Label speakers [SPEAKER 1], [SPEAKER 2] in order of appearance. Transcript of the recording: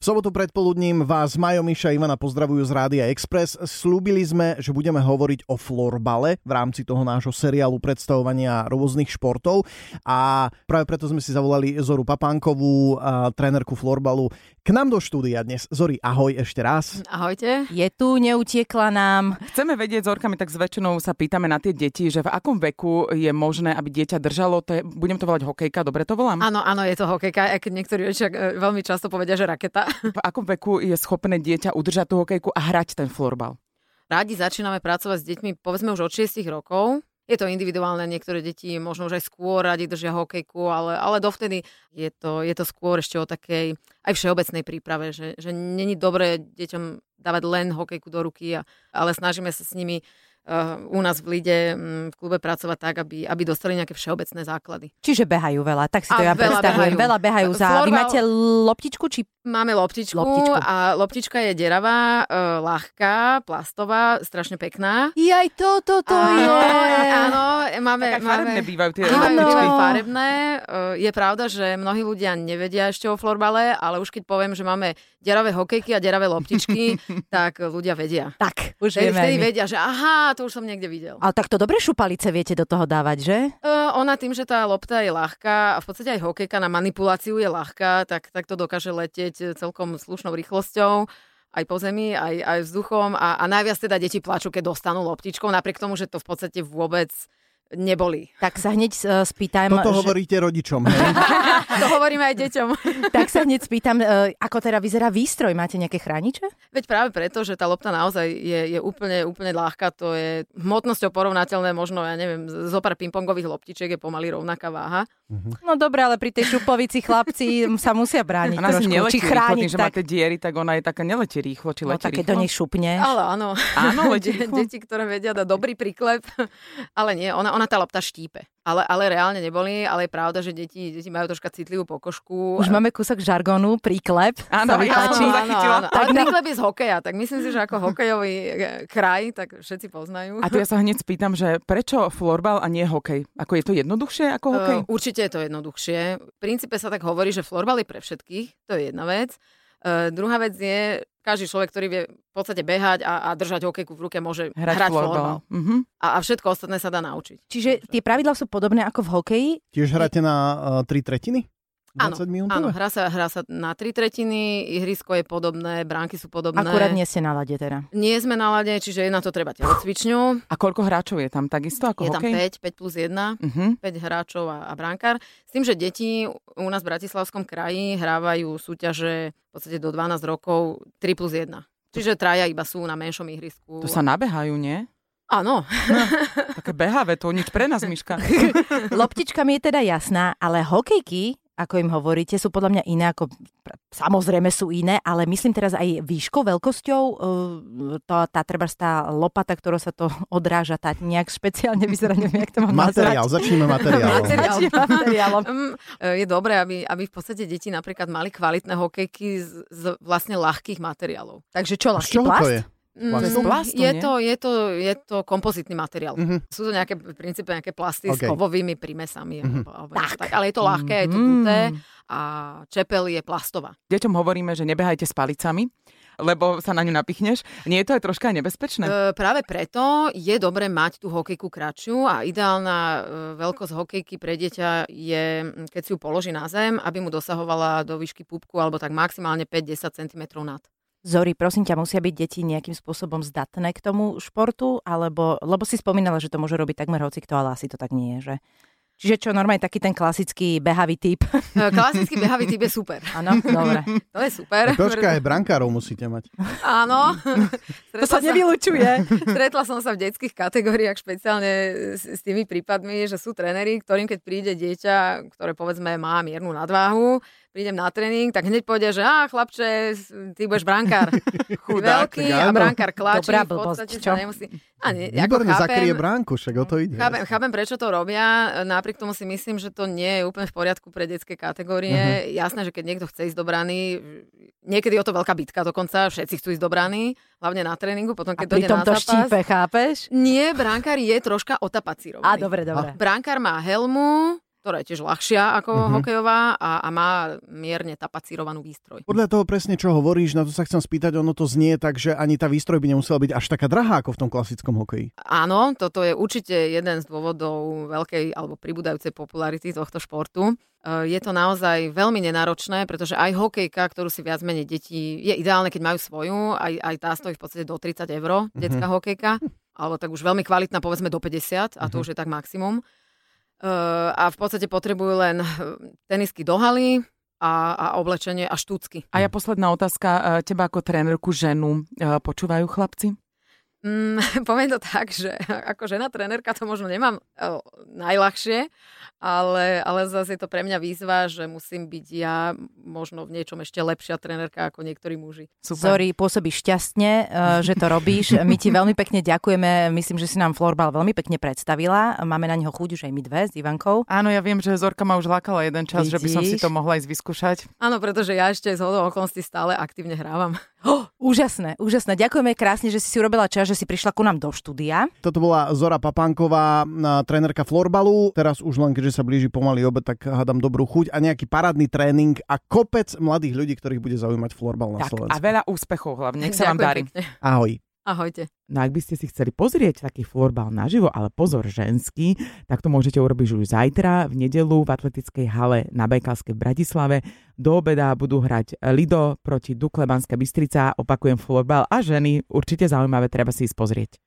[SPEAKER 1] V sobotu predpoludním vás Majo, Miša, Ivana pozdravujú z Rádia Express. Slúbili sme, že budeme hovoriť o florbale v rámci toho nášho seriálu predstavovania rôznych športov a práve preto sme si zavolali Zoru Papánkovú, a trénerku florbalu, k nám do štúdia dnes. Zori, ahoj ešte raz.
[SPEAKER 2] Ahojte.
[SPEAKER 3] Je tu, neutiekla nám.
[SPEAKER 4] Chceme vedieť, Zorka, my tak s väčšinou sa pýtame na tie deti, že v akom veku je možné, aby dieťa držalo, to je, budem to volať hokejka, dobre to volám?
[SPEAKER 2] Áno, áno, je to hokejka, aj keď niektorí rodičia e, veľmi často povedia, že raketa.
[SPEAKER 4] V akom veku je schopné dieťa udržať tú hokejku a hrať ten florbal?
[SPEAKER 2] Rádi začíname pracovať s deťmi, povedzme už od 6 rokov. Je to individuálne, niektoré deti možno už aj skôr radi držia hokejku, ale, ale dovtedy je to, je to skôr ešte o takej aj všeobecnej príprave, že, že není dobré deťom dávať len hokejku do ruky, a, ale snažíme sa s nimi eh, u nás v Lide, mm, v klube pracovať tak, aby, aby dostali nejaké všeobecné základy.
[SPEAKER 3] Čiže behajú veľa, tak si to
[SPEAKER 2] A
[SPEAKER 3] ja
[SPEAKER 2] veľa
[SPEAKER 3] predstavujem.
[SPEAKER 2] behajú.
[SPEAKER 3] Veľa behajú za... Vy
[SPEAKER 2] Florbal-
[SPEAKER 3] máte loptičku či...
[SPEAKER 2] Máme loptičku,
[SPEAKER 3] Loptičku.
[SPEAKER 2] a loptička je deravá, e, ľahká, plastová, strašne pekná.
[SPEAKER 3] Jaj, toto to, to
[SPEAKER 2] áno,
[SPEAKER 3] je.
[SPEAKER 2] áno, máme...
[SPEAKER 4] Tak aj
[SPEAKER 2] máme...
[SPEAKER 4] farebné bývajú tie
[SPEAKER 2] Bývajú,
[SPEAKER 3] Áno.
[SPEAKER 2] bývajú
[SPEAKER 4] loptičky.
[SPEAKER 2] farebné. Eh, Je pravda, že mnohí ľudia nevedia ešte o florbale, ale už keď poviem, že máme deravé hokejky a deravé loptičky, tak ľudia vedia.
[SPEAKER 3] Tak, už
[SPEAKER 2] Vtedy,
[SPEAKER 3] vieme aj
[SPEAKER 2] vtedy
[SPEAKER 3] my.
[SPEAKER 2] vedia, že aha, to už som niekde videl.
[SPEAKER 3] Ale takto dobre šupalice viete do toho dávať, že?
[SPEAKER 2] Eh, ona tým, že tá lopta je ľahká a v podstate aj hokejka na manipuláciu je ľahká, tak, tak to dokáže letieť e, celkom slušnou rýchlosťou aj po zemi, aj, aj vzduchom a, a najviac teda deti plačú, keď dostanú loptičkou, napriek tomu, že to v podstate vôbec neboli.
[SPEAKER 3] Tak sa hneď e, spýtam...
[SPEAKER 1] Toto
[SPEAKER 3] že-
[SPEAKER 1] hovoríte rodičom, hej?
[SPEAKER 2] To hovoríme aj deťom.
[SPEAKER 3] Tak sa hneď spýtam, e, ako teda vyzerá výstroj. Máte nejaké chrániče?
[SPEAKER 2] Veď práve preto, že tá lopta naozaj je, je úplne, úplne ľahká, to je hmotnosťou porovnateľné, možno, ja neviem, z- zo pár pingpongových loptičiek je pomaly rovnaká váha.
[SPEAKER 3] No dobre, ale pri tej šupovici chlapci sa musia brániť
[SPEAKER 4] Ona si
[SPEAKER 3] trošku. Či
[SPEAKER 4] neletí rýchlo,
[SPEAKER 3] chrániť,
[SPEAKER 4] tým, že má
[SPEAKER 3] tak...
[SPEAKER 4] tie diery, tak ona je taká, neletí rýchlo, či
[SPEAKER 3] No
[SPEAKER 4] letí
[SPEAKER 3] tak keď do
[SPEAKER 4] rýchlo.
[SPEAKER 3] nej šupne.
[SPEAKER 2] Ale áno,
[SPEAKER 4] Áno, letí
[SPEAKER 2] de-
[SPEAKER 4] rýchlo.
[SPEAKER 2] deti, ktoré vedia dať dobrý príklep, ale nie, ona, ona tá lopta štípe. Ale, ale reálne neboli, ale je pravda, že deti, deti majú troška citlivú pokožku.
[SPEAKER 3] Už máme kúsok žargonu, príklep. sa
[SPEAKER 4] Áno,
[SPEAKER 3] vypáči.
[SPEAKER 4] som zachytila.
[SPEAKER 2] Tak
[SPEAKER 3] Tak
[SPEAKER 2] ale
[SPEAKER 3] na-
[SPEAKER 2] príklep je z hokeja, tak myslím si, že ako hokejový eh, kraj, tak všetci poznajú.
[SPEAKER 4] A tu ja sa hneď spýtam, že prečo florbal a nie hokej? Ako je to jednoduchšie ako hokej?
[SPEAKER 2] Uh, určite je to jednoduchšie. V princípe sa tak hovorí, že florbal je pre všetkých, to je jedna vec. Uh, druhá vec je, každý človek, ktorý vie v podstate behať a, a držať hokejku v ruke, môže hrať, hrať florbal.
[SPEAKER 4] Mhm.
[SPEAKER 2] A, a všetko ostatné sa dá naučiť.
[SPEAKER 3] Čiže tie pravidlá sú podobné ako v hokeji,
[SPEAKER 1] Tiež hráte na uh, tri tretiny?
[SPEAKER 2] Áno,
[SPEAKER 1] 20
[SPEAKER 4] No
[SPEAKER 1] minút?
[SPEAKER 2] Áno, hrá sa, hrá sa na tri tretiny, ihrisko je podobné, bránky sú podobné.
[SPEAKER 3] akurát nie ste na lade teda.
[SPEAKER 2] Nie sme na lade, čiže je na to treba telocvičňu.
[SPEAKER 4] A koľko hráčov je tam takisto ako
[SPEAKER 2] Je tam
[SPEAKER 4] hokej?
[SPEAKER 2] 5, 5 plus 1.
[SPEAKER 4] Mhm.
[SPEAKER 2] 5 hráčov a, a brankár. S tým, že deti u nás v Bratislavskom kraji hrávajú súťaže v podstate do 12 rokov 3 plus 1. Čiže traja iba sú na menšom ihrisku.
[SPEAKER 4] To sa nabehajú, nie?
[SPEAKER 2] Áno,
[SPEAKER 4] Také behavé, to nič pre nás, Miška.
[SPEAKER 3] Loptička mi je teda jasná, ale hokejky, ako im hovoríte, sú podľa mňa iné ako... Samozrejme sú iné, ale myslím teraz aj výškou, veľkosťou. eh, Tá, tá treba tá lopata, ktorou sa to odráža, tá nejak špeciálne vyzerá, neviem, jak to mám
[SPEAKER 1] Materiál,
[SPEAKER 3] nazvať.
[SPEAKER 1] začníme materiálom.
[SPEAKER 2] Materiál.
[SPEAKER 3] Začni materiálom.
[SPEAKER 2] Mm, e, je dobré, aby, aby v podstate deti napríklad mali kvalitné hokejky z, z vlastne ľahkých materiálov.
[SPEAKER 3] Takže
[SPEAKER 1] Z
[SPEAKER 3] čo, ľahký
[SPEAKER 1] čoho to
[SPEAKER 3] plast?
[SPEAKER 1] je?
[SPEAKER 2] Mm,
[SPEAKER 1] Plast?
[SPEAKER 4] Z plastu,
[SPEAKER 2] je,
[SPEAKER 4] nie?
[SPEAKER 2] to, je, to, je to kompozitný materiál.
[SPEAKER 1] Mhm.
[SPEAKER 2] Sú to nejaké, v princípe nejaké plasty
[SPEAKER 1] Okay.
[SPEAKER 2] s kovovými prímesami.
[SPEAKER 1] Mhm.
[SPEAKER 2] Alebo, alebo niečo tak. Ale je to ľahké, je to
[SPEAKER 3] Mm. Mhm.
[SPEAKER 2] tuté a čepel je plastová.
[SPEAKER 4] Deťom hovoríme, že nebehajte s palicami, lebo sa na ňu napichneš. Nie je to aj troška aj nebezpečné?
[SPEAKER 2] E, práve preto je dobre mať tú hokejku kratšiu a ideálna e, veľkosť hokejky pre dieťa je, mm, keď si ju položí na zem, aby mu dosahovala do výšky pupku alebo tak maximálne 5-10 cm nad.
[SPEAKER 3] Zori, prosím ťa, musia byť deti nejakým spôsobom zdatné k tomu športu? Alebo, lebo si spomínala, že to môže robiť takmer hocikto, ale asi to tak nie je, že? Čiže čo, normálne taký ten klasický behavý typ?
[SPEAKER 2] E, Klasický behavý typ je super.
[SPEAKER 3] Áno, dobre.
[SPEAKER 2] To je
[SPEAKER 1] E,
[SPEAKER 2] super.
[SPEAKER 1] Počkaj, aj brankárov musíte mať.
[SPEAKER 2] Áno.
[SPEAKER 3] To sa
[SPEAKER 2] Stretla
[SPEAKER 3] nevylučuje.
[SPEAKER 2] Stretla som sa v detských kategóriách špeciálne s, s tými prípadmi, že sú tréneri, ktorým keď príde dieťa, ktoré povedzme má miernu nadváhu, prídem na tréning, tak hneď povedia, že á, chlapče, s- ty budeš brankár.
[SPEAKER 1] Chudák,
[SPEAKER 2] Veľký
[SPEAKER 1] tak
[SPEAKER 2] a
[SPEAKER 1] áno.
[SPEAKER 2] brankár kláčí,
[SPEAKER 3] Dobrá
[SPEAKER 2] v podstate
[SPEAKER 3] blbosť,
[SPEAKER 2] sa
[SPEAKER 3] čo?
[SPEAKER 2] nemusí... A nie, ako
[SPEAKER 1] Výborne, zakrie
[SPEAKER 2] chápem,
[SPEAKER 1] bránku, však o to ide.
[SPEAKER 2] Chápem, chápem, prečo to robia, napriek tomu si myslím, že to nie je úplne v poriadku pre detské kategórie.
[SPEAKER 1] Mhm.
[SPEAKER 2] Uh-huh. Jasné, že keď niekto chce ísť do brany, niekedy je o to veľká bitka dokonca, všetci chcú ísť do brany, hlavne na tréningu, potom
[SPEAKER 3] A
[SPEAKER 2] keď
[SPEAKER 3] pri
[SPEAKER 2] dojde na
[SPEAKER 3] tomto
[SPEAKER 2] zápas.
[SPEAKER 3] štípe, chápeš?
[SPEAKER 2] Nie, brankár je troška otapacírovaný.
[SPEAKER 3] Á, dobre, dobre.
[SPEAKER 2] Brankár má helmu, ktorá je tiež ľahšia ako
[SPEAKER 1] Mhm.
[SPEAKER 2] hokejová a, a má mierne tapacírovanú výstroj.
[SPEAKER 1] Podľa toho presne, čo hovoríš, na to sa chcem spýtať, ono to znie tak, že ani tá výstroj by nemusela byť až taká drahá ako v tom klasickom hokeji.
[SPEAKER 2] Áno, toto je určite jeden z dôvodov veľkej alebo pribúdajúcej popularity tohto športu. E, Je to naozaj veľmi nenáročné, pretože aj hokejka, ktorú si viac menej deti, je ideálne, keď majú svoju, aj, aj tá stojí v podstate do 30 eur, detská hokejka, alebo tak už veľmi kvalitná, povedzme do 50, a to už je tak maximum. E, A v podstate potrebujú len eh, tenisky do haly a, a oblečenie a štúcky.
[SPEAKER 4] A ja posledná otázka, e, teba ako trénerku ženu e, počúvajú chlapci?
[SPEAKER 2] Mm, poviem to tak, že ako žena trénerka to možno nemám eh, najľahšie, ale, ale zase je to pre mňa výzva, že musím byť ja možno v niečom ešte lepšia trénerka ako niektorí muži.
[SPEAKER 4] Super.
[SPEAKER 3] Zori, pôsobíš šťastne, eh, že to robíš. My ti veľmi pekne ďakujeme. Myslím, že si nám Florbal veľmi pekne predstavila. Máme na neho chuť už aj my dve s Ivankou.
[SPEAKER 4] Áno, ja viem, že Zorka ma už lákala jeden čas, že by som si
[SPEAKER 3] Vidíš?
[SPEAKER 4] to mohla ísť vyskúšať.
[SPEAKER 2] Áno, pretože ja ešte z hodou okolností stále aktívne hrávam.
[SPEAKER 3] Úžasné, úžasné. Ďakujeme krásne, že si si urobila čas, že si prišla ku nám do štúdia.
[SPEAKER 1] Toto bola Zora Papanková, na- trénerka florbalu. Teraz už len, keďže sa blíži pomaly obed, tak hádam dobrú chuť a nejaký parádny tréning a kopec mladých ľudí, ktorých bude zaujímať florbal na
[SPEAKER 4] Tak, a
[SPEAKER 1] Slovensku.
[SPEAKER 4] veľa úspechov hlavne, nech sa vám
[SPEAKER 2] Ďakujem
[SPEAKER 4] darí.
[SPEAKER 2] pekne.
[SPEAKER 1] Ahoj.
[SPEAKER 2] Ahojte.
[SPEAKER 5] No ak by ste si chceli pozrieť taký florbal naživo, ale pozor ženský, tak to môžete urobiť už zajtra v nedelu v atletickej hale na Bajkalskej v Bratislave. Do obeda budú hrať Lido proti Dukle Banská Bystrica, opakujem florbal a ženy. Určite zaujímavé, treba si ísť pozrieť.